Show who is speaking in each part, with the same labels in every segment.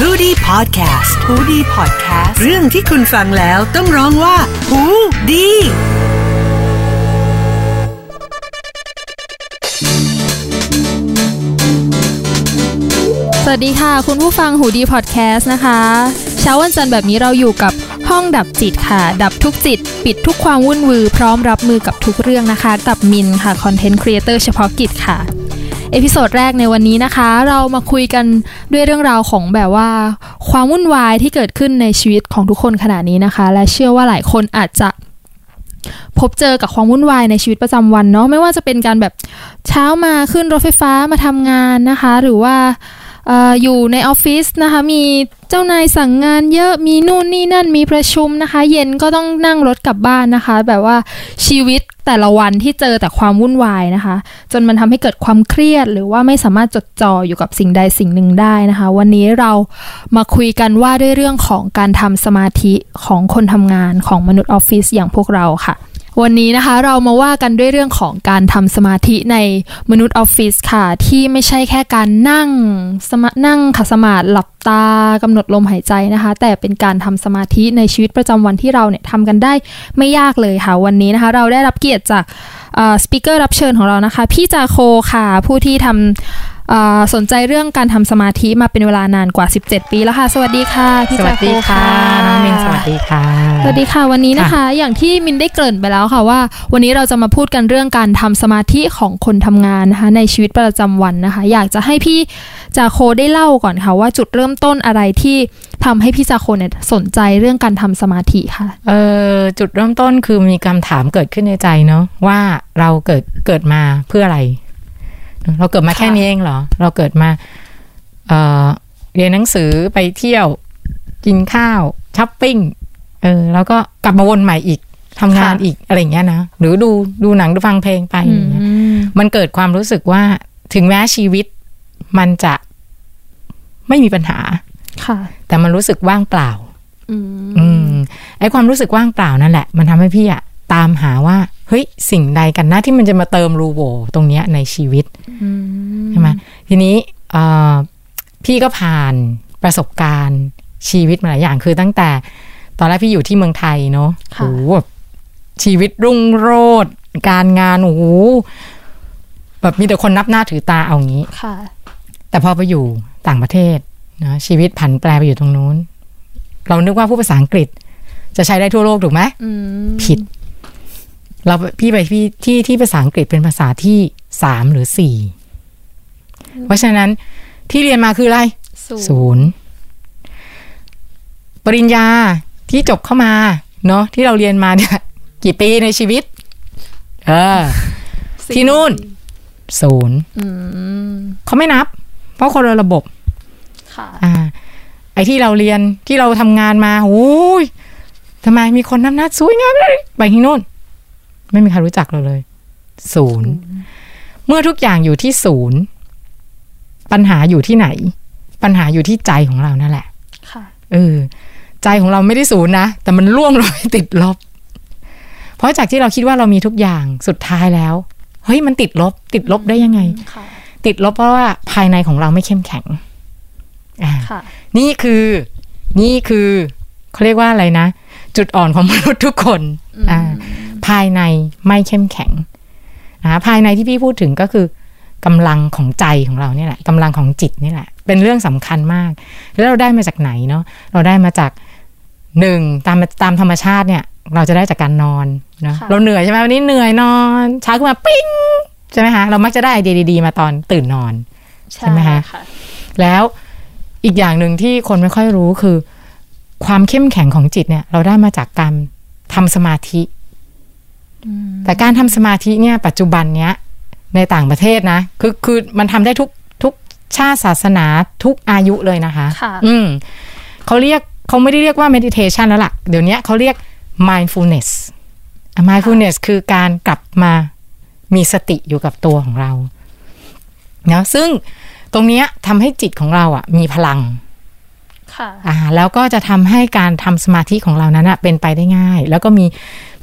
Speaker 1: h o ดี้พอดแคสต์ฮูดี้พอดแคสต์เรื่องที่คุณฟังแล้วต้องร้องว่าหูดี
Speaker 2: สวัสดีค่ะ คุณผู้ฟังหูดีพอดแคสต์นะคะ เช้าวันจันทร์แบบนี้เราอยู่กับห้องดับจิตค่ะ ดับทุกจิต ปิดทุกความวุ่นวือ พร้อมรับมือกับทุกเรื่องนะคะ กับมินค่ะคอนเทนต์ครีเอเตอร์เฉพาะกิจค่ะ เอพิโซดแรกในวันนี้นะคะ เรามาคุยกันด้วยเรื่องราวของแบบว่า ความวุ่นวายที่เกิดขึ้นในชีวิตของทุกคนขณะนี้นะคะ และเชื่อว่าหลายคนอาจจะ พบเจอกับความวุ่นวายในชีวิตประจำวันเนาะไม่ว่าจะเป็นการแบบเช้ามาขึ้นรถไฟฟ้ามาทำงานนะคะ หรือว่า เอ่ออยู่ในออฟฟิศนะคะ มีเจ้านายสั่งงานเยอะมีนู่นนี่นั่นมีประชุมนะคะ เย็นก็ต้องนั่งรถกลับบ้านนะคะ แบบว่าชีวิตแต่ละวันที่เจอแต่ความวุ่นวายนะคะ จนมันทำให้เกิดความเครียด หรือว่าไม่สามารถจดจ่ออยู่กับสิ่งใดสิ่งหนึ่งได้นะคะ วันนี้เรามาคุยกันว่าด้วยเรื่องของการทำสมาธิของคนทำงานของมนุษย์ออฟฟิศอย่างพวกเราค่ะ วันนี้นะคะเรามาว่ากันด้วยเรื่องของการทำสมาธิในมนุษย์ออฟฟิศค่ะ ที่ไม่ใช่แค่การนั่งสมานั่งขัดสมาธิหลับตากำหนดลมหายใจนะคะ แต่เป็นการทำสมาธิในชีวิตประจำวันที่เราเนี่ยทำกันได้ไม่ยากเลยค่ะ วันนี้นะคะ เราได้รับเกียรติจากสปิเกอร์รับเชิญของเรานะคะ พี่จาโคค่ะผู้ที่ทำเอ่อสนใจเรื่องการทำสมาธิมาเป็นเวลานานกว่า 17 ปีแล้วค่ะ สวัสดีค่ะพี่จา
Speaker 3: สวัส
Speaker 2: โค
Speaker 3: ดีค่ะ น้องมินสวัสดีค่ะ
Speaker 2: สวัสดีค่ะวันนี้นะคะ อย่างที่มินได้เกริ่นไปแล้วค่ะว่า วันนี้เราจะมาพูดกันเรื่องการทำสมาธิของคนทำงานนะคะ ในชีวิตประจำวันนะคะ อยากจะให้พี่จาโคได้เล่าก่อนค่ะ ว่าจุดเริ่มต้นอะไรที่ทำให้พี่จาโคเนี่ยสนใจเรื่องการทำสมาธิค่ะ
Speaker 3: เออจุดเริ่มต้นคือมีคำถามเกิดขึ้นในใจเนาะว่าเราเกิดเกิดมาเพื่ออะไร เราเกิดมา
Speaker 2: ค่ะ
Speaker 3: แค่นี้เองเหรอ เราเกิดมาเอ่อเรียนหนังสือไปเที่ยวกินข้าวช้อปปิ้งเออแล้วก็กลับมาวนใหม่อีกทำงานอีกอะไรอย่างเงี้ยนะหรือดูดูหนังดูฟังเพลงไปอะไรอย่างเงี้ย
Speaker 2: ม
Speaker 3: มันเกิดความรู้สึกว่าถึงแม้ชีวิตมันจะไม่มีปัญหา
Speaker 2: ค่ะ
Speaker 3: แต่มันรู้สึกว่างเปล่า
Speaker 2: อืม
Speaker 3: อืมไอ้ความรู้สึกว่างเปล่านั่นแหละ มันทำให้พี่อะตามหาว่า เฮ้ย สิ่งใดกันนะที่มันจะมาเติมรูโหวตรงเนี้ยในชีวิต
Speaker 2: อื
Speaker 3: ใช่ไหมทีนี้เอ่อพี่ก็ผ่านประสบการณ์ชีวิตมาหลายอย่างคือตั้งแต่ ตอนแรกพี่อยู่ที่เมืองไทยเนาะโอ้โหแบบชีวิตรุ่งโรจน์การงานโอ้โหแบบมีแต่คนนับหน้าถือตาเอางี้
Speaker 2: ค่ะ
Speaker 3: แต่พอไปอยู่ต่างประเทศนะชีวิตผันแปรไปอยู่ตรงนู้น เรานึกว่าผู้ภาษาอังกฤษ จะใช้ได้ทั่วโลกถูกไหม
Speaker 2: อืม
Speaker 3: ผิด เราพี่ไปพี่ที่ที่ภาษาอังกฤษเป็นภาษาที่สามหรือสี่เพราะฉะนั้นที่เรียนมาคืออะไร
Speaker 2: สู
Speaker 3: ศูนย์ปริญญาที่จบเข้ามา เนาะที่เราเรียนมาเนี่ย กี่ปีในชีวิต เออ ที่นู่นศูนย์
Speaker 2: อืม
Speaker 3: เขาไม่นับ เพราะคนละระบบ
Speaker 2: ค่ะ
Speaker 3: อ่าไอที่เราเรียนที่เราทำงานมาโอ้ยทำไมมีคนนำหน้าสวยงามเลยไปที่โน่น ไม่มีใครรู้จักเราเลย ศูนย์ เมื่อทุกอย่างอยู่ที่ศูนย์ ปัญหาอยู่ที่ไหน ปัญหาอยู่ที่ใจของเรานั่นแหละ
Speaker 2: ค่ะ
Speaker 3: เออใจของเราไม่ได้ศูนย์นะ แต่มันล่วงลงไปติดลบ เพราะจากที่เราคิดว่าเรามีทุกอย่างสุดท้ายแล้ว เฮ้ยมันติดลบ ติดลบได้ยังไง
Speaker 2: ค่ะ
Speaker 3: ติดลบเพราะว่าภายในของเราไม่เข้มแข็งอ่า
Speaker 2: ค่ะ
Speaker 3: นี่คือ นี่คือเขาเรียกว่าอะไรนะ จุดอ่อนของมนุษย์ทุกคนอ่าภายในไม่เข้มแข็งนะคะภายในที่พี่พูดถึงก็คือกำลังของใจของเราเนี่ยแหละกำลังของจิตนี่แหละ เป็นเรื่องสำคัญมาก แล้วเราได้มาจากไหนเนาะเราได้มาจากหนึ่งตามตามธรรมชาติเนี่ย เราจะได้จากการนอนนะ
Speaker 2: ค่ะ
Speaker 3: เราเหนื่อยใช่ไหมวันนี้เหนื่อยนอนเช้าขึ้นมาปิ้งใช่ไหมคะเรามักจะได้ไอเดียดีๆมาตอนตื่นนอน ใช่ไหมคะ
Speaker 2: ค่ะ
Speaker 3: แล้วอีกอย่างหนึ่งที่คนไม่ค่อยรู้คือ ความเข้มแข็งของจิตเนี่ย เราได้มาจากการทำสมาธิ
Speaker 2: อืม
Speaker 3: แต่การทำสมาธิเนี่ยปัจจุบันเนี้ยในต่างประเทศนะคือคือมันทำได้ทุกทุกชาติศาสนาทุกอายุเลยนะคะ
Speaker 2: ค่ะ
Speaker 3: อืมเขาเรียกเขาไม่ได้เรียกว่า meditation แล้วล่ะ เดี๋ยวเนี้ยเขาเรียก mindfulness อ่ะ mindfulness คือการกลับมามีสติอยู่กับตัวของเราเนาะซึ่งตรงเนี้ยทำให้จิตของเราอ่ะ มีพลัง
Speaker 2: ค่ะ
Speaker 3: อ่าแล้วก็จะทำให้การทำสมาธิของเรานั้นอะเป็นไปได้ง่าย แล้วก็มี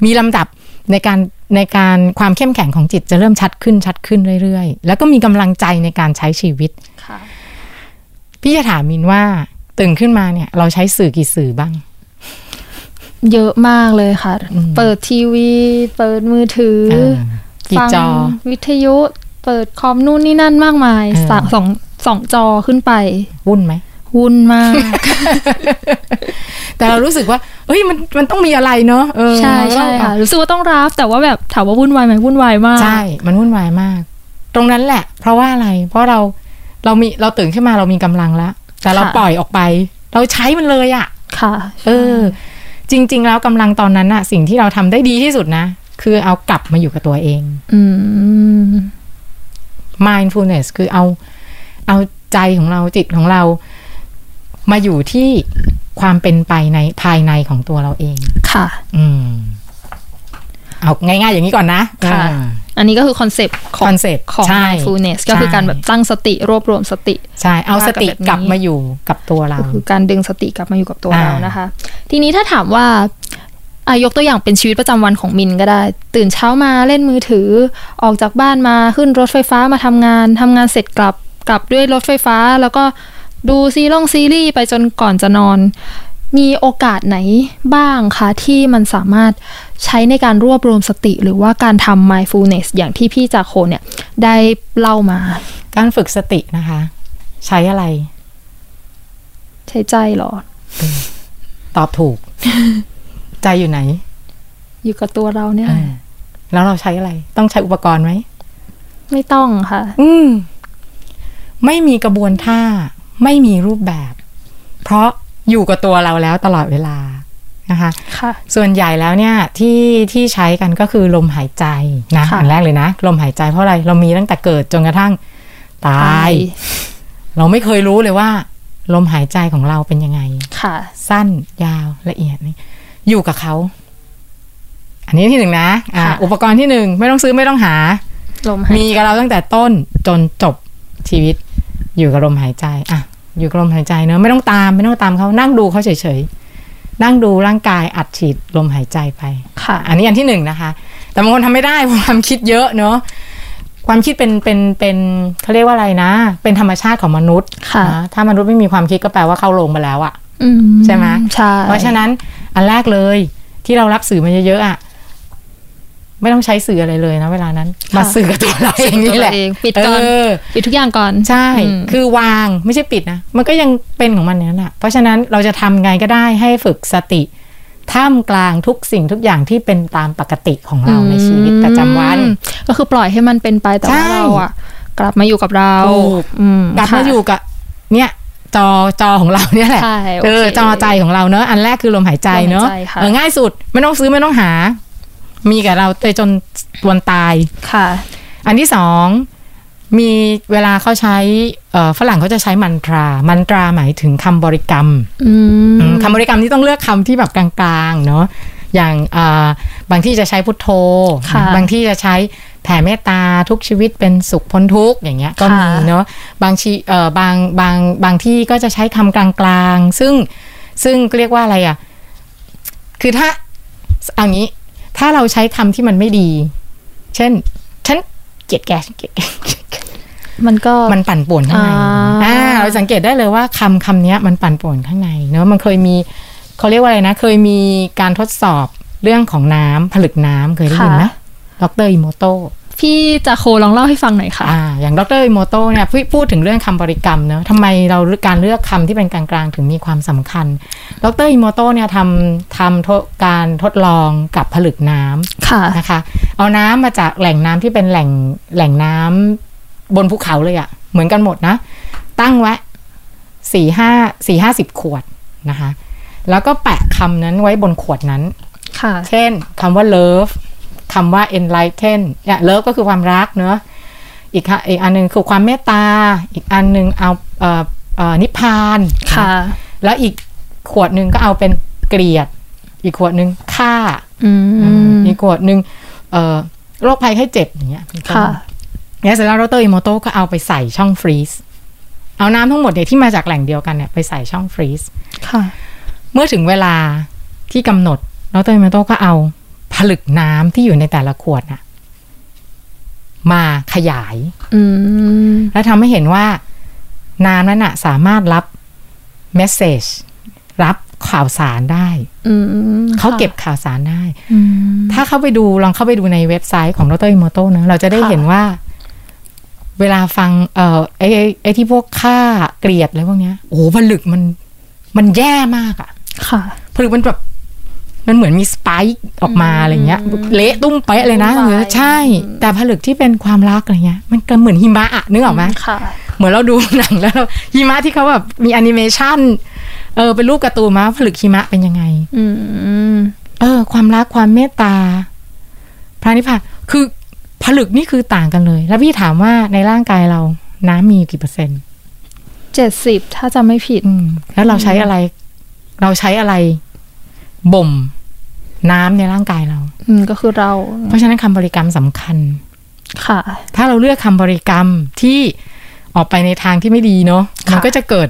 Speaker 3: มีลำดับในการในการความเข้มแข็งของจิตจะเริ่มชัดขึ้นชัดขึ้นเรื่อยๆ แล้วก็มีกำลังใจในการใช้ชีวิต
Speaker 2: ค่ะ
Speaker 3: พี่จะถามมินว่า ตื่นขึ้นมาเนี่ย เราใช้สื่อกี่สื่อบ้าง
Speaker 2: เยอะมากเลยค่ะ
Speaker 3: อืม
Speaker 2: เปิดทีวี เปิดมือถือ
Speaker 3: เออกี่
Speaker 2: ฟัง
Speaker 3: จอ
Speaker 2: วิทยุ เปิดคอมนู่นนี่นั่นมากมาย
Speaker 3: เออ
Speaker 2: สองสองสองจอขึ้นไป
Speaker 3: วุ่นไหม
Speaker 2: วุ่นมาก
Speaker 3: แต่เรารู้สึกว่าเฮ้ยมันมันต้องมีอะไรเนอะเออ
Speaker 2: ใช่
Speaker 3: เราก็
Speaker 2: ใช่ค่ะ
Speaker 3: เอา
Speaker 2: รู้สึกว่าต้องรับแต่ว่าแบบถามว่าวุ่นวายไหมวุ่นวายมาก
Speaker 3: ใช่ มันวุ่นวายมาก ตรงนั้นแหละ เพราะว่าอะไร เพราะเราเรามีเราตื่นขึ้นมาเรามีกำลังแล้ว แต่เรา
Speaker 2: ค่ะ
Speaker 3: ปล่อยออกไป เราใช้มันเลยอะ
Speaker 2: ค่ะ
Speaker 3: เออ จริง ๆ แล้วกำลังตอนนั้นอะสิ่งที่เราทำได้ดีที่สุดนะ คือเอากลับมาอยู่กับตัวเอง
Speaker 2: อืม
Speaker 3: mindfulness คือเอาเอาใจของเราจิตของเรามาอยู่ที่ความเป็นไปในภายในของตัวเราเอง
Speaker 2: ค่ะ
Speaker 3: อืม เอาง่ายๆอย่างนี้ก่อนนะ
Speaker 2: ค่ะ
Speaker 3: อ่า
Speaker 2: อันนี้ก็คือคอนเซปต์ข
Speaker 3: ค
Speaker 2: อง
Speaker 3: อนเซปต์
Speaker 2: ของ
Speaker 3: ใช่
Speaker 2: mindfulness ก็คือ
Speaker 3: ใช่
Speaker 2: การแบบตั้งสติรวบรวมสติ
Speaker 3: ใช่ เอาสติ
Speaker 2: ว่ากันแบบนี้
Speaker 3: กลับมาอยู่กับตัวเรา
Speaker 2: ก็คือการดึงสติกลับมาอยู่กับตัว
Speaker 3: อ่า
Speaker 2: เรานะคะ ทีนี้ถ้าถามว่าอายกตัวอย่างเป็นชีวิตประจำวันของมินก็ได้ ตื่นเช้ามาเล่นมือถือ ออกจากบ้านมาขึ้นรถไฟฟ้ามาทำงานทำงานเสร็จกลับกลับด้วยรถไฟฟ้า แล้วก็ดูซีรีส์ซีรีส์ไปจนก่อนจะนอน มีโอกาสไหนบ้างคะ ที่มันสามารถใช้ในการรวบรวมสติ หรือว่าการทำ mindfulness อย่างที่พี่จากโคเนี่ยได้เล่ามา
Speaker 3: การฝึกสตินะคะ ใช้อะไร
Speaker 2: ใช้ใจเหรอ
Speaker 3: ตอบ ถูก ใจอยู่ไหน
Speaker 2: อยู่กับตัวเราเนี่ย
Speaker 3: เออแล้วเราใช้อะไร ต้องใช้อุปกรณ์ไหม
Speaker 2: ไม่ต้องค่ะ
Speaker 3: อืม ไม่มีกระบวนท่า ไม่มีรูปแบบ เพราะอยู่กับตัวเราแล้วตลอดเวลานะคะ
Speaker 2: ค่ะ
Speaker 3: ส่วนใหญ่แล้วเนี่ยที่ที่ใช้กันก็คือลมหายใจนะ
Speaker 2: ค่ะ
Speaker 3: อันแรกเลยนะ ลมหายใจเพราะอะไรเรามีตั้งแต่เกิดจนกระทั่งตาย เราไม่เคยรู้เลยว่า ลมหายใจของเราเป็นยังไง
Speaker 2: ค่ะ
Speaker 3: สั้นยาวละเอียดนี่อยู่กับเขา อันนี้ที่หนึ่งนะอ่ะ
Speaker 2: ค่ะ
Speaker 3: อุปกรณ์ที่หนึ่งไม่ต้องซื้อไม่ต้องหา
Speaker 2: ลมหาย
Speaker 3: มีกับเราตั้งแต่ต้นจนจบชีวิต อยู่กับลมหายใจอ่ะอยู่กับลมหายใจเนอะไม่ต้องตามไม่ต้องตามเขานั่งดูเขาเฉยๆนั่งดูร่างกายอัดฉีดลมหายใจไป
Speaker 2: ค่ะ
Speaker 3: อ่ะอันนี้อันที่หนึ่งนะคะ แต่บางคนทำไม่ได้ เพราะความคิดเยอะเนอะความคิดเป็นเป็นเป็นเขาเรียกว่าอะไรนะ เป็นธรรมชาติของมนุษย์
Speaker 2: ค่ะ
Speaker 3: นถ้ามนุษย์ไม่มีความคิดก็แปลว่าเข้าโรงไปแล้วอะ
Speaker 2: อื
Speaker 3: ใช่ไหม
Speaker 2: ใช่
Speaker 3: เพราะฉะนั้นอันแรกเลยที่เรารับสื่อมาเยอะๆอะไม่ต้องใช้สื่ออะไรเลยนะเวลานั้น มาสื่อกับตัวเราเองนี่แหละ
Speaker 2: ตัวเองปิดก่อน
Speaker 3: เออ
Speaker 2: ปิดทุกอย่างก่อน
Speaker 3: ใช่
Speaker 2: อืม
Speaker 3: คือวางไม่ใช่ปิดนะ มันก็ยังเป็นของมันอย่างนั้นอะเพราะฉะนั้นเราจะทำไงก็ได้ให้ฝึกสติท่ามกลางทุกสิ่งทุกอย่างที่เป็นตามปกติของเราในชีวิตประจำวัน
Speaker 2: อืมก็คือปล่อยให้มันเป็นไปแต่ว่า
Speaker 3: ใช่
Speaker 2: เราอะกลับมาอยู่กับเรา
Speaker 3: ถูก
Speaker 2: อื
Speaker 3: กลับมา
Speaker 2: ค่ะ
Speaker 3: อยู่กับเนี่ย จอจอของเราเนี่ยแหละ
Speaker 2: ใช่โอเค
Speaker 3: เออจอใจของเราเนอะอันแรกคือลมหายใจเนอะ
Speaker 2: ลมหายใจค่ะ
Speaker 3: เออง่ายสุดไม่ต้องซื้อไม่ต้องหา มีกับเราไปจนวันตาย
Speaker 2: ค่ะ
Speaker 3: อันที่สองมีเวลาเขาใช้เอ่อฝรั่งเขาจะใช้มันตรา มันตราหมายถึงคำบริกรรม
Speaker 2: อืม
Speaker 3: อืมคำบริกรรมนี่ต้องเลือกคำที่แบบกลางๆ เนาะอย่างอ่าบางที่จะใช้พุทโธ
Speaker 2: ค่ะ
Speaker 3: บางที่จะใช้แผ่เมตตาทุกชีวิตเป็นสุขพ้นทุกข์อย่างเงี้ยก็มี
Speaker 2: ค่ะ
Speaker 3: เนาะบางชีเอ่อบางบางบางที่ก็จะใช้คำกลางๆ ซึ่งซึ่งเรียกว่าอะไรอ่ะ คือถ้าเอางี้ ถ้าเราใช้คำที่มันไม่ดี เช่น ฉันเกลียดแกฉันเกลียดแก
Speaker 2: มันก็
Speaker 3: มันปั่นป่วนข้างใน
Speaker 2: อ่า
Speaker 3: อ่าเราสังเกตได้เลยว่าคำคำเนี้ยมันปั่นป่วนข้างในเนอะมันเคยมีเขาเรียกว่าอะไรนะ เคยมีการทดสอบเรื่องของน้ำผลึกน้ำเคยได้ยินไหมดรอิโมโต
Speaker 2: พี่จะโคลองเล่าให้ฟังหน่อยค่ะ
Speaker 3: อ่าอย่างดรอิโมโตเนี่ยพูดพูดถึงเรื่องคำบริกรรมเนอะทำไมเราการเลือกคำที่เป็นกลางๆ ถึงมีความสำคัญดรอิโมโตเนี่ยทำทำทดการทดลองกับผลึกน้ำ
Speaker 2: ค่ะ
Speaker 3: นะคะเอาน้ำมาจากแหล่งน้ำที่เป็นแหล่งแหล่งน้ำบนภูเขาเลยอะ่ะ เหมือนกันหมดนะ ตั้งไว้สี่ห้าสี่ห้าสิบขวดนะคะ แล้วก็แปะคำนั้นไว้บนขวดนั้น
Speaker 2: ค่ะ
Speaker 3: เช่นคำว่า love คำว่า enlighten เนี่ย love ก็คือความรักเนอะอีกค่ะอีกอันหนึ่งคือความเมตตา อีกอันหนึ่งเอาเอ่อเอ่อนิพพาน
Speaker 2: ค่ะ
Speaker 3: แล้วอีกขวดหนึ่งก็เอาเป็นเกลียด อีกขวดหนึ่งฆ่า
Speaker 2: อืม
Speaker 3: มีขวดหนึ่งเอ่อโรคภัยไข้เจ็บอย่างเงี้ยเป็นต้น
Speaker 2: ค่ะ
Speaker 3: เนี่ยเสร็จแล้วดรอิโมโตะก็เอาไปใส่ช่องฟรีซเอาน้ำทั้งหมดเนี่ยที่มาจากแหล่งเดียวกันเนี่ยไปใส่ช่องฟรีซ
Speaker 2: ค่ะ
Speaker 3: เมื่อถึงเวลาที่กำหนดดรอิโมโตะก็เอาผลึกน้ำที่อยู่ในแต่ละขวดน่ะมาขยาย
Speaker 2: อืม
Speaker 3: และทำให้เห็นว่าน้ำนั้นน่ะ สามารถรับ เมสเซจรับข่าวสารได้
Speaker 2: อืม
Speaker 3: เขาเก็บข่าวสารได้
Speaker 2: อืม
Speaker 3: ถ้าเข้าไปดูลองเข้าไปดูในเว็บไซต์ของดรอิโมโตะนะเราจะได้
Speaker 2: ค่ะ
Speaker 3: เห็นว่า เวลาฟังเอ่อไอ้ไอ้ไอ้ที่พวกค่าเกลียดอะไรพวกเนี้ยโอ้โหผลึกมันมันแย่มากอะ
Speaker 2: ค่ะ
Speaker 3: ผลึกมันแบบมันเหมือนมีสไปค์ออกมาอะไรเงี้ย เละตุ้มเป๊ะเลยนะ
Speaker 2: ตุ้มไป
Speaker 3: เออใช่ แต่ผลึกที่เป็นความรักอะไรเงี้ย มันก็เหมือนหิมะอะนึกออกไหม
Speaker 2: ค่ะ
Speaker 3: เหมือนเราดูหนังแล้วเราหิมะที่เขาแบบมีแอนิเมชันเออเป็นรูปการ์ตูนมาผลึกหิมะเป็นยังไง
Speaker 2: อืม
Speaker 3: เออ ความรักความเมตตา พระนิพพานคือผลึกนี่คือต่างกันเลย แล้วพี่ถามว่าในร่างกายเราน้ำมีอยู่กี่เปอร์เซ็นต์
Speaker 2: เจ็ดสิบถ้าจำไม่ผิด
Speaker 3: อืมแล้วเราใช้อะไร เราใช้อะไรบ่ม น้ำในร่างกายเรา
Speaker 2: อืม ก็คือเรา
Speaker 3: เพราะฉะนั้นคำบริกรรมสำคัญ
Speaker 2: ค่ะ
Speaker 3: ถ้าเราเลือกคำบริกรรมที่ออกไปในทางที่ไม่ดีเนาะมันก็จะเกิด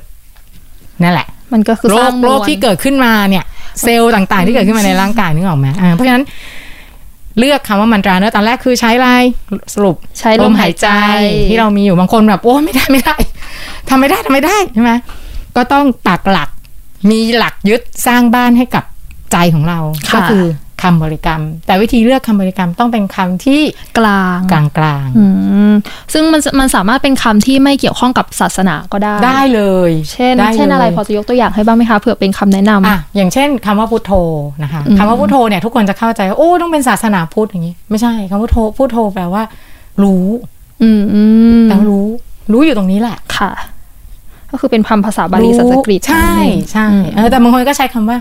Speaker 3: นั่นแหละ
Speaker 2: มันก็คือ
Speaker 3: โร
Speaker 2: สร้า
Speaker 3: ค
Speaker 2: งมวล
Speaker 3: โรคที่เกิดขึ้นมาเนี่ย เซลล์ต่างๆ ที่เกิดขึ้นมาในร่างกายนึกออกไหมอ่าเพราะฉะนั้นเลือกคำว่ามันตราเนอะตอนแรกคือใช้อะไรสรุป
Speaker 2: ใช้ลมหายใจ
Speaker 3: ที่เรามีอยู่บางคนแบบโอ้ไม่ได้ไม่ได้ทำไม่ได้ทำไม่ได้ใช่ไหมก็ต้องปักหลัก มีหลักยึดสร้างบ้านให้กับใจของเรา
Speaker 2: ะ
Speaker 3: ก็คือคำบริกรรม แต่วิธีเลือกคำบริกรรมต้องเป็นคำที่
Speaker 2: กลาง
Speaker 3: กลาง
Speaker 2: อืม ซึ่งมันมันสามารถเป็นคำที่ไม่เกี่ยวข้องกับศาสนาก็ได้
Speaker 3: ๆ ได้เลย
Speaker 2: เช่น
Speaker 3: ด้ลย
Speaker 2: เช่นอะไรพอจะยกตัวอย่างให้บ้างไหมคะเผื่อเป็นคำแนะนำ
Speaker 3: อ่ะอย่างเช่นคำว่าพุทโธนะคะ
Speaker 2: อืม
Speaker 3: คำว่าพุทโธเนี่ยทุกคนจะเข้าใจว่าโอ้ต้องเป็นศาสนาพุทธอย่างนี้ ไม่ใช่คำว่าพุทโธพุทโธแปลว่า รู้
Speaker 2: อืมอืม
Speaker 3: แต่รู้ รู้อยู่ตรงนี้แหละ
Speaker 2: ค่ะ ก็คือเป็นคำภาษาบาลีสันสกฤต
Speaker 3: ใช่
Speaker 2: นั่นเอง
Speaker 3: ใช่เออแต่บางคนก็ใช้คำว่า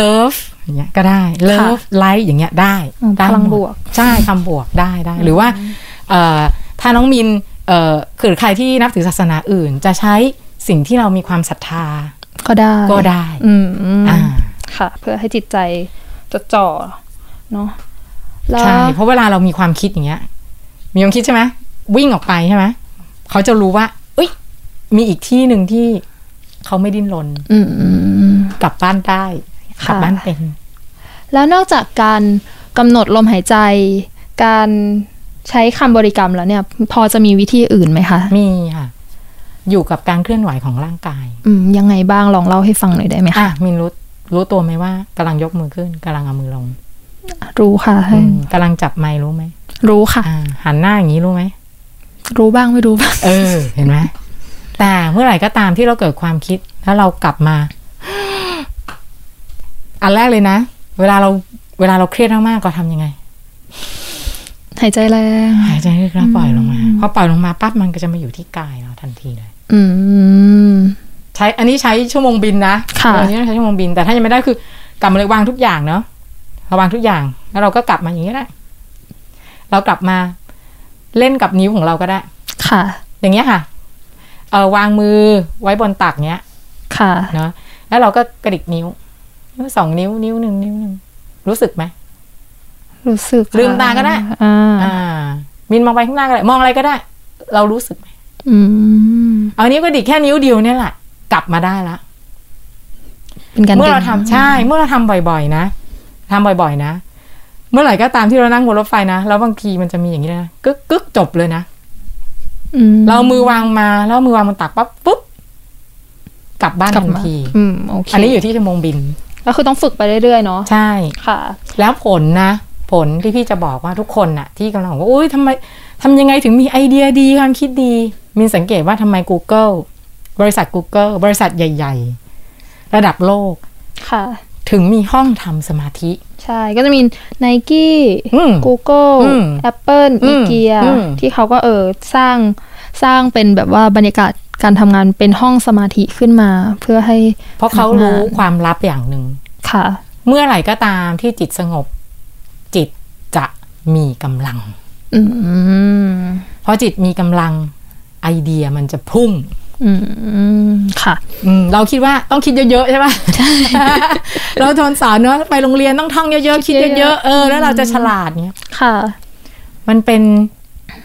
Speaker 3: love อย่างเงี้ยก็ได้ love light อย่างเงี้ยได้
Speaker 2: อืม
Speaker 3: ได้
Speaker 2: พลัง
Speaker 3: หมด
Speaker 2: บวก
Speaker 3: ใช่คำบวกได้ได้หรือว่าเอ่อถ้าน้องมินเอ่อคือใครที่นับถือศาสนาอื่น จะใช้สิ่งที่เรามีความศรัทธา
Speaker 2: ก็ได้
Speaker 3: ก็ได้
Speaker 2: อืมอืม
Speaker 3: อ่า
Speaker 2: ค่ะ เพื่อให้จิตใจจดจ่อเนาะแล้ว
Speaker 3: ใช่ เพราะเวลาเรามีความคิดอย่างเงี้ย มีความคิดใช่ไหมวิ่งออกไปใช่ไหมเขาจะรู้ว่าเอ้ย มีอีกที่หนึ่งที่เขาไม่ดิ้นรน
Speaker 2: อืมอืมอืม
Speaker 3: กลับบ้านได้ก
Speaker 2: ค่ะ
Speaker 3: ลับบ้านเป็น
Speaker 2: แล้วนอกจากการกำหนดลมหายใจ การใช้คำบริกรรมแล้วเนี่ย พอจะมีวิธีอื่นไหมคะ
Speaker 3: มีค่ะ อยู่กับการเคลื่อนไหวของร่างกาย
Speaker 2: อืม ยังไงบ้างลองเล่าให้ฟังหน่อยได้ไหมคะ
Speaker 3: อ่ะมินรู้รู้ตัวไหมว่ากำลังยกมือขึ้นกำลังเอามือลง
Speaker 2: รู้ค่ะ
Speaker 3: อืมกำลังจับไม้รู้ไหม
Speaker 2: รู้ค่ะ
Speaker 3: อ่าหันหน้าอย่างนี้รู้ไหม
Speaker 2: รู้บ้างไม่รู้บ้าง
Speaker 3: เออ เห็นไหมแต่เมื่อไหร่ก็ตามที่เราเกิดความคิดแล้วเรากลับมา อันแรกเลยนะ เวลาเราเวลาเราเครียดมากๆก็ทำยังไง
Speaker 2: หายใจแรง
Speaker 3: หายใจลึกแล้วปล่อยลงมาพอปล่อยลงมาปั๊บมันก็จะมาอยู่ที่กายเราทันทีเลย
Speaker 2: อืม
Speaker 3: ใช้อันนี้ใช้ชั่วโมงบินนะ
Speaker 2: ค่ะ
Speaker 3: อันนี้ต้องใช้ชั่วโมงบิน แต่ถ้ายังไม่ได้คือกลับมาเลยวางทุกอย่างเนาะเราวางทุกอย่าง แล้วเราก็กลับมาอย่างนี้แหละเรากลับมาเล่นกับนิ้วของเราก็ได้
Speaker 2: ค่ะ
Speaker 3: อย่างเงี้ยค่ะ เออวางมือไว้บนตักเนี้ย
Speaker 2: ค่ะ
Speaker 3: เนาะแล้วเราก็กระดิกนิ้วนิ้วสองนิ้วนิ้วหนึ่งนิ้วหนึ่งรู้สึกไหม
Speaker 2: รู้สึก
Speaker 3: ลืมตาก็ได้
Speaker 2: อ่า
Speaker 3: อ่า มินมองไปข้างหน้าก็ได้มองอะไรก็ได้ เรารู้สึกไหม
Speaker 2: อืม
Speaker 3: เอานิ้วกระดิกแค่นิ้วเดียวเนี่ยแหละกลับมาได้ละ
Speaker 2: เป็นการ
Speaker 3: เมื่อเรา
Speaker 2: ดึง
Speaker 3: ทำใช่ เมื่อเราทำบ่อยๆ นะทำบ่อยๆ นะ เมื่อไหร่ก็ตามที่เรานั่งบนรถไฟนะแล้วบางทีมันจะมีอย่างนี้ด้วยนะกึกกึกจบเลยนะ
Speaker 2: อืม
Speaker 3: เรามือวางมาแล้วมือวางบนตักปั๊บปุ๊บกลับบ้าน
Speaker 2: กลับ
Speaker 3: ทัน
Speaker 2: มา
Speaker 3: ที
Speaker 2: อืมโอเค
Speaker 3: อันนี้อยู่ที่ชั่วโมงบิน
Speaker 2: ก็คือต้องฝึกไปเรื่อยๆเนาะ
Speaker 3: ใช่
Speaker 2: ค่ะ
Speaker 3: แล้วผลนะ ผลที่พี่จะบอกว่าทุกคนน่ะ ที่กำลังบอกว่าอุ้ยทำไมทำยังไงถึงมีไอเดียดีความคิดดี มินสังเกตว่าทำไม Google บริษัท Google บริษัทใหญ่ ๆ ระดับโลก
Speaker 2: ค่ะ
Speaker 3: ถึงมีห้องทำสมาธิ
Speaker 2: ใช่ก็จะมี Nike
Speaker 3: อืม
Speaker 2: Google
Speaker 3: อืม
Speaker 2: Apple
Speaker 3: อืม
Speaker 2: IKEA
Speaker 3: อืม
Speaker 2: ที่เขาก็เออสร้างสร้างเป็นแบบว่าบรรยากาศการทำงานเป็นห้องสมาธิขึ้นมา เพื่อให้
Speaker 3: เพราะเขารู้ความลับอย่างหนึ่ง
Speaker 2: ค่ะ
Speaker 3: เมื่อไหร่ก็ตามที่จิตสงบ จิตจะมีกำลัง
Speaker 2: อืม
Speaker 3: เพราะจิตมีกำลังไอเดียมันจะพุ่ง
Speaker 2: อืมค่ะ
Speaker 3: อืมเราคิดว่าต้องคิดเยอะๆใช่ปะใช่ เราโดนสอนเนอะไปโรงเรียนต้องท่องเยอะๆ คิด
Speaker 2: เย
Speaker 3: เย
Speaker 2: อะ
Speaker 3: อะ
Speaker 2: ๆ
Speaker 3: ๆ เออ แล้วเราจะฉลาดเนี้ย
Speaker 2: ค่ะ
Speaker 3: มันเป็น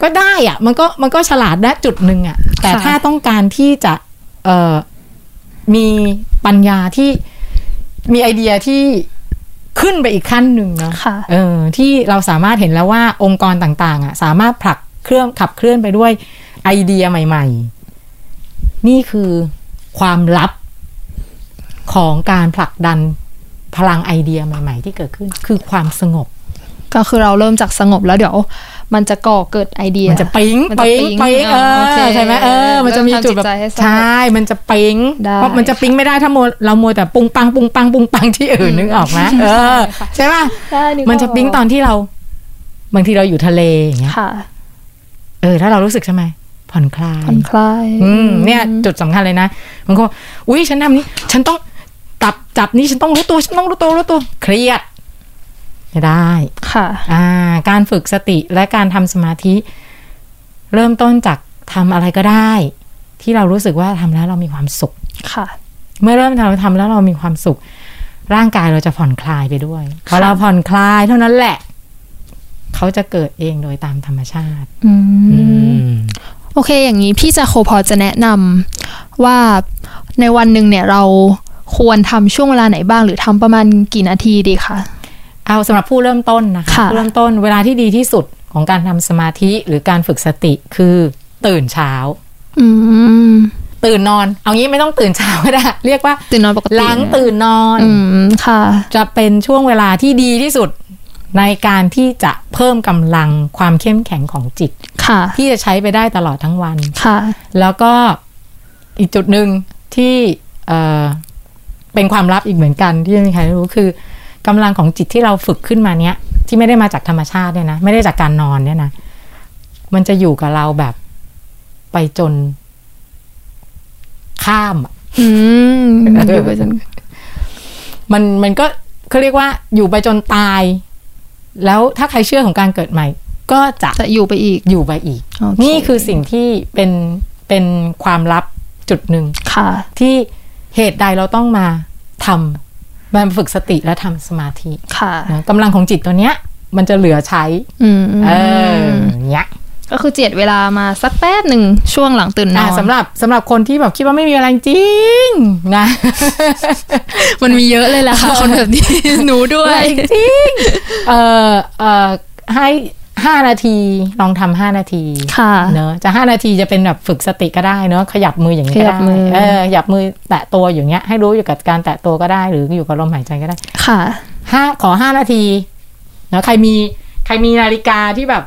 Speaker 3: ก็ได้อ่ะ มันก็มันก็ฉลาดได้จุดหนึ่งอ่ะ แต่
Speaker 2: ค่ะ
Speaker 3: ถ้าต้องการที่จะเอ่อมีปัญญาที่มีไอเดียที่ขึ้นไปอีกขั้นหนึ่งเนาะ
Speaker 2: ค่ะ
Speaker 3: เออ ที่เราสามารถเห็นแล้วว่าองค์กรต่างๆ อ่ะ สามารถผลักเครื่องขับเคลื่อนไปด้วยไอเดียใหม่ ๆ นี่คือความลับ ของการผลักดันพลังไอเดียใหม่ ๆ ที่เกิดขึ้น คือความสงบ
Speaker 2: ก็คือเราเริ่มจากสงบแล้วเดี๋ยว มันจะก่อเกิดไอเดีย
Speaker 3: มันจะปิ๊ง
Speaker 2: มันจะปิ๊
Speaker 3: ปิ๊ง
Speaker 2: ง
Speaker 3: ปิ๊งเอ
Speaker 2: อ่า
Speaker 3: อ
Speaker 2: โอเค
Speaker 3: ใช่ไหมเออ มันจะมีจุดแบบ
Speaker 2: เริ่มทำจิตใจให้สงบ
Speaker 3: ใช่มันจะปิ๊ง
Speaker 2: ได้
Speaker 3: เพราะมันจะปิ๊งไม่ได้ถ้ามัวเรามัวแต่ปุงปังปุงปังปุงปังที่อื่นนึกออกไหมเออ ใช่ป่ะ
Speaker 2: ได้นึกออก
Speaker 3: มันจะปิ๊งตอนที่เรา บางทีเราอยู่ทะเลอย่างเงี้ย
Speaker 2: ค่ะ
Speaker 3: เออถ้าเรารู้สึกใช่ไหมผ่อนคลาย
Speaker 2: ผ่อนคลาย
Speaker 3: อืมเนี่ยจุดสำคัญเลยนะบางคนบอกอุ้ยฉันทำนี้ ฉันต้องจับจับนี้ฉันต้องรู้ตัวฉันต้องรู้ตัวรู้ตัวเครียดไม่ได้
Speaker 2: ค่ะ
Speaker 3: อ่าการฝึกสติและการทำสมาธิ เริ่มต้นจากทำอะไรก็ได้ ที่เรารู้สึกว่าทำแล้วเรามีความสุข
Speaker 2: ค่ะ
Speaker 3: เมื่อเริ่มทำทำแล้วเรามีความสุข ร่างกายเราจะผ่อนคลายไปด้วยพอเราผ่อนคลายเท่านั้นแหละ เขาจะเกิดเองโดยตามธรรมชาติ
Speaker 2: อืม
Speaker 3: อืม
Speaker 2: โอเค อย่างนี้พี่จะโคพอจะแนะนำว่าในวันหนึ่งเนี่ยเราควรทำช่วงเวลาไหนบ้างหรือทำประมาณกี่นาทีดีคะ
Speaker 3: เอาสำหรับผู้เริ่มต้นนะคะ
Speaker 2: ค่ะ
Speaker 3: ผู้เริ่มต้นเวลาที่ดีที่สุดของการทำสมาธิหรือการฝึกสติคือตื่นเช้า
Speaker 2: อืม
Speaker 3: ตื่นนอน เอางี้ไม่ต้องตื่นเช้าก็ได้เรียกว่า
Speaker 2: ตื่นนอนปกติ
Speaker 3: หลังตื่นนอน
Speaker 2: อืม ค่ะ
Speaker 3: จะเป็นช่วงเวลาที่ดีที่สุดในการที่จะเพิ่มกำลังความเข้มแข็งของจิต
Speaker 2: ค่ะ
Speaker 3: ที่จะใช้ไปได้ตลอดทั้งวัน
Speaker 2: ค่ะ
Speaker 3: แล้วก็อีกจุดหนึ่งที่เอ่อเป็นความลับอีกเหมือนกัน ที่ไม่มีใครรู้คือกำลังของจิตที่เราฝึกขึ้นมาเนี้ยที่ไม่ได้มาจากธรรมชาติเนี่ยนะไม่ได้จากการนอนเนี่ยนะมันจะอยู่กับเราแบบไปจนข้ามอะ
Speaker 2: อืมอยู่ไปจน
Speaker 3: มันมันก็เขาเรียกว่าอยู่ไปจนตาย แล้วถ้าใครเชื่อของการเกิดใหม่ ก็จะ
Speaker 2: จะอยู่ไปอีก
Speaker 3: อยู่ไปอีก
Speaker 2: โอเค
Speaker 3: นี่คือสิ่งที่เป็นเป็นความลับจุดหนึ่ง
Speaker 2: ค่ะ
Speaker 3: ที่เหตุใดเราต้องมาทำมาฝึกสติและทำสมาธิ
Speaker 2: ค่ะ
Speaker 3: นะกำลังของจิตตัวเนี้ย มันจะเหลือใช้
Speaker 2: อืม
Speaker 3: เอออย่างเนี้ย
Speaker 2: ก็คือเจียดเวลามาสักแป๊บหนึ่งช่วงหลังตื่นนอ
Speaker 3: อ่าน สำหรับสำหรับคนที่แบบคิดว่าไม่มีอะไรจริงนะ
Speaker 2: มันมีเยอะเลยล่ะค่ะ คนแบบนี้ หนูด้วย
Speaker 3: จริงเออเออให้ห้านาทีลองทำห้านาที
Speaker 2: ค่ะ
Speaker 3: เนอะจะห้านาทีจะเป็นแบบฝึกสติก็ได้เนอะขยับมืออย่างนี้
Speaker 2: ข
Speaker 3: ก็
Speaker 2: ยับ
Speaker 3: ได้
Speaker 2: มือ
Speaker 3: เออขยับมือแตะตัวอย่างเงี้ยให้รู้อยู่กับการแตะตัวก็ได้หรืออยู่กับลมหายใจก็ได้
Speaker 2: ค่ะ
Speaker 3: ห้าขอห้านาทีเนอะใครมีใครมีนาฬิกาที่แบบ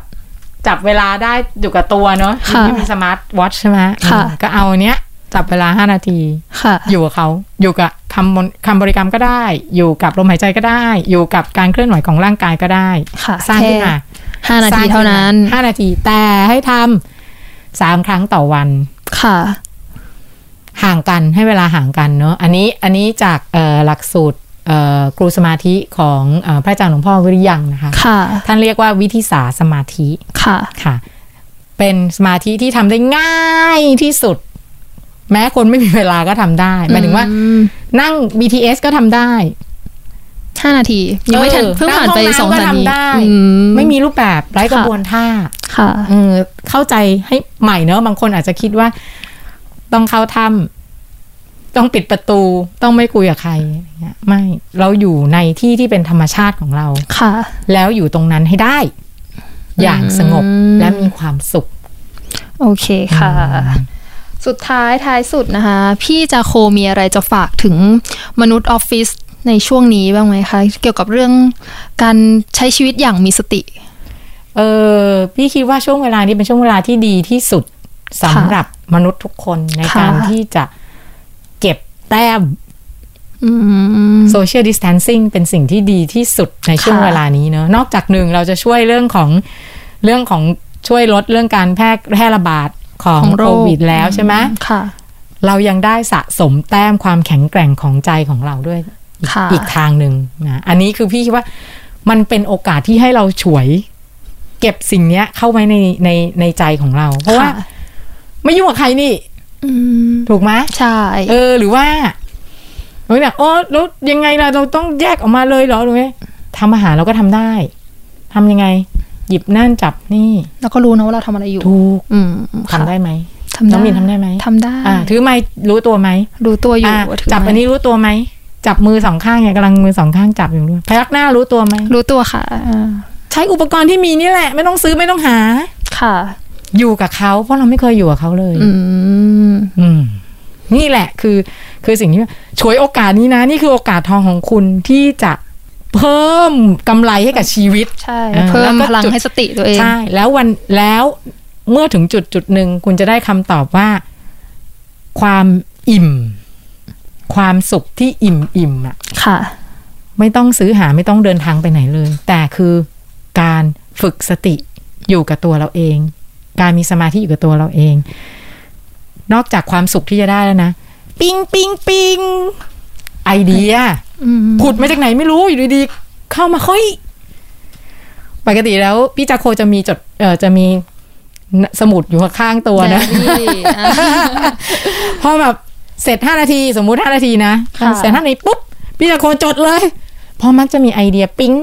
Speaker 3: จับเวลาได้อยู่กับตัวเนอะ
Speaker 2: ค่ะ
Speaker 3: ที่มีสมาร์ทวอทใช่ไหม
Speaker 2: ค่ะ
Speaker 3: อืมก็เอาอันเนี้ย จับเวลาห้านาที
Speaker 2: ค่ะ
Speaker 3: อยู่กับเขาอยู่กับคำมนคำบริกรรมก็ได้ อยู่กับลมหายใจก็ได้ อยู่กับการเคลื่อนไหวของร่างกายก็ได้
Speaker 2: ค่ะ
Speaker 3: สร้างขึ้นมา
Speaker 2: ห้านา
Speaker 3: สร้
Speaker 2: ที
Speaker 3: งขึ้ม
Speaker 2: เท่านั้น
Speaker 3: ห้านาทีแต่ให้ทำสามครั้งต่อวัน
Speaker 2: ค่ะ
Speaker 3: ห่างกันให้เวลาห่างกันเนอะอันนี้อันนี้จากเอ่อหลักสูตรเอ่อครูสมาธิของเอ่อพระอาจารย์หลวงพ่อวิริยังนะคะ
Speaker 2: ค่ะ
Speaker 3: ท่านเรียกว่าวิธิสาสมาธิ
Speaker 2: ค่ะ
Speaker 3: ค่ะ เป็นสมาธิที่ทำได้ง่ายที่สุด แม้คนไม่มีเวลาก็ทำได้หมายถึงว่า
Speaker 2: อืม
Speaker 3: นั่ง BTS ก็ทำได้
Speaker 2: ห้านาที ยังไม่ทัน
Speaker 3: ออ
Speaker 2: เพิ่งผ่านไป
Speaker 3: ง
Speaker 2: สอง
Speaker 3: ห้
Speaker 2: นา
Speaker 3: น้ำก็
Speaker 2: ที
Speaker 3: ทำได้
Speaker 2: อืม
Speaker 3: ไม่มีรูปแบบไร้กระ
Speaker 2: ค่ะ
Speaker 3: บวนท่า
Speaker 2: ค่ะ
Speaker 3: เออเข้าใจให้ใหม่เนอะบางคนอาจจะคิดว่า ต้องเข้าถ้ำต้องปิดประตูต้องไม่คุยกับใครอะไรเงี้ยไม่เราอยู่ในที่ที่เป็นธรรมชาติของเรา
Speaker 2: ค่ะ
Speaker 3: แล้วอยู่ตรงนั้นให้ได้ อย่างสงบ
Speaker 2: อืม
Speaker 3: และมีความสุข
Speaker 2: โอเคค่ะ สุดท้ายท้ายสุดนะคะ พี่จาโคมีอะไรจะฝากถึงมนุษย์ออฟฟิศในช่วงนี้บ้างไหมคะ เกี่ยวกับเรื่องการใช้ชีวิตอย่างมีสติ
Speaker 3: เออพี่คิดว่าช่วงเวลานี้เป็นช่วงเวลาที่ดีที่สุดสำหรับมนุษย์ทุกคนใน
Speaker 2: ค่ะ
Speaker 3: การที่จะเก็บแต้ม
Speaker 2: อืม
Speaker 3: โซเชียลดิส a n นซิ่งเป็นสิ่งที่ดีที่สุดในช่วง
Speaker 2: ค่ะ
Speaker 3: เวลานี้เนอะนอกจากหนึ่งเราจะช่วยเรื่องของเรื่องของช่วยลดเรื่องการแพร่แพร่ระบาดของ
Speaker 2: ของโร
Speaker 3: โค
Speaker 2: ค
Speaker 3: วิดแล้วใช่ไหม
Speaker 2: ค่ะ
Speaker 3: เรายังได้สะสมแต้มความแข็งแกร่งของใจของเราด้วยอีก
Speaker 2: ค่ะ
Speaker 3: อีกทางหนึ่งนะอันนี้คือพี่คิดว่ามันเป็นโอกาสที่ให้เราฉวย เก็บสิ่งเนี้ยเข้าไว้ในในในใจของเรา เพราะว่า
Speaker 2: ค่
Speaker 3: ไม่ยุ่งกับใครนี่
Speaker 2: อืม
Speaker 3: ถูกไหม
Speaker 2: ใช่
Speaker 3: เออหรือว่าเราแบบอ๋อแล้วยังไงล่ะเราต้องแยกออกมาเลยเหรอหรือไงทำอาหารเราก็ทำได้ทำยังไง หยิบนั่นจับนี่
Speaker 2: แล้วก็รู้นะว่าเราทำอะไรอยู่
Speaker 3: ถูก
Speaker 2: อืมค่ะ
Speaker 3: ทำได้ไหม
Speaker 2: ทำได้
Speaker 3: น้องมินทำได้ไหม
Speaker 2: ทำได้
Speaker 3: อ่าถือไม้รู้ตัวไหม
Speaker 2: รู้ตัวอยู่
Speaker 3: อ่า
Speaker 2: ว่าถือ
Speaker 3: จับ
Speaker 2: ไม้
Speaker 3: อันนี้รู้ตัวไหมจับมือสองข้างเนี่ยกำลังมือสองข้างจับอยู่ด้วยพยักหน้ารู้ตัวไหม
Speaker 2: รู้ตัวค่ะอ่า
Speaker 3: ใช้อุปกรณ์ที่มีนี่แหละ ไม่ต้องซื้อไม่ต้องหา
Speaker 2: ค่ะ
Speaker 3: อยู่กับเขาเพราะเราไม่เคยอยู่กับเขาเลย
Speaker 2: อืม
Speaker 3: อืม นี่แหละคือคือสิ่งที่ฉวยโอกาสนี้นะ นี่คือโอกาสทองของคุณที่จะเพิ่มกำไรให้กับชีวิต
Speaker 2: ใช่
Speaker 3: เออ
Speaker 2: เพิ่ม
Speaker 3: แล้วก็
Speaker 2: พลัง
Speaker 3: จุด
Speaker 2: ให้สติตัวเอง
Speaker 3: ใช่ แล้ววันแล้วเมื่อถึงจุดจุดหนึ่งคุณจะได้คำตอบว่า ความอิ่ม ความสุขที่อิ่มอิ่มๆอะ
Speaker 2: ค่ะ
Speaker 3: ไม่ต้องซื้อหาไม่ต้องเดินทางไปไหนเลย แต่คือการฝึกสติอยู่กับตัวเราเอง การมีสมาธิอยู่กับตัวเราเอง นอกจากความสุขที่จะได้แล้วนะ ปิงปิงปิงไอเดีย
Speaker 2: อืม
Speaker 3: ผุดมาจากไหนไม่รู้อยู่ดีๆเข้ามาเฮ้ยปกติแล้ว พี่จาโคจะมีจดเออจะมีสมุดอยู่ข้างๆตัวนะ
Speaker 2: แดรี่อ่ะ
Speaker 3: พอแบบเสร็จห้านาที สมมุติห้านาทีนะ
Speaker 2: ค่ะ
Speaker 3: เสร็จห้านาทีปุ๊บ พี่จาโคจดเลย พอมักจะมีไอเดียปิ๊ง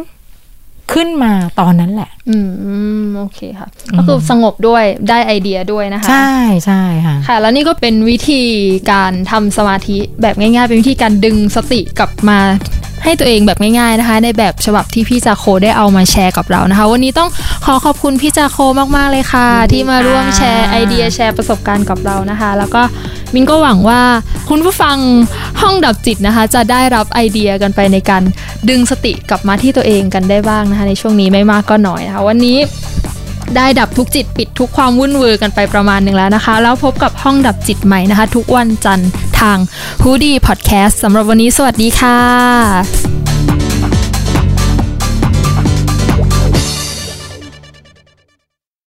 Speaker 3: ขึ้นมาตอนนั้นแหละ
Speaker 2: อืมอืมโอเคค่ะ ก็คือสงบด้วยได้ไอเดียด้วยนะคะ
Speaker 3: ใช่ใช่ค่ะ
Speaker 2: ค่ะ แล้วนี่ก็เป็นวิธีการทำสมาธิแบบง่ายๆ เป็นวิธีการดึงสติกลับมาให้ตัวเองแบบง่ายๆนะคะ ในแบบฉบับที่พี่จาโคได้เอามาแชร์กับเรานะคะ วันนี้ต้องขอขอบคุณพี่จาโคมากๆเลยค่ะ ที่มาร่วมแชร์ไอเดียแชร์ประสบการณ์กับเรานะคะ แล้วก็มินก็หวังว่าคุณผู้ฟังห้องดับจิตนะคะ จะได้รับไอเดียกันไปในการดึงสติกลับมาที่ตัวเองกันได้บ้างนะคะ ในช่วงนี้ไม่มากก็น้อยนะคะวันนี้ ได้ดับทุกจิตปิดทุกความวุ่นวือกันไปประมาณหนึ่งแล้วนะคะ แล้วพบกับห้องดับจิตใหม่นะคะ ทุกวันจันทร์ทาง h o ดีพอดแคสต์สำหรับวันนี้สวัสดีค่ะ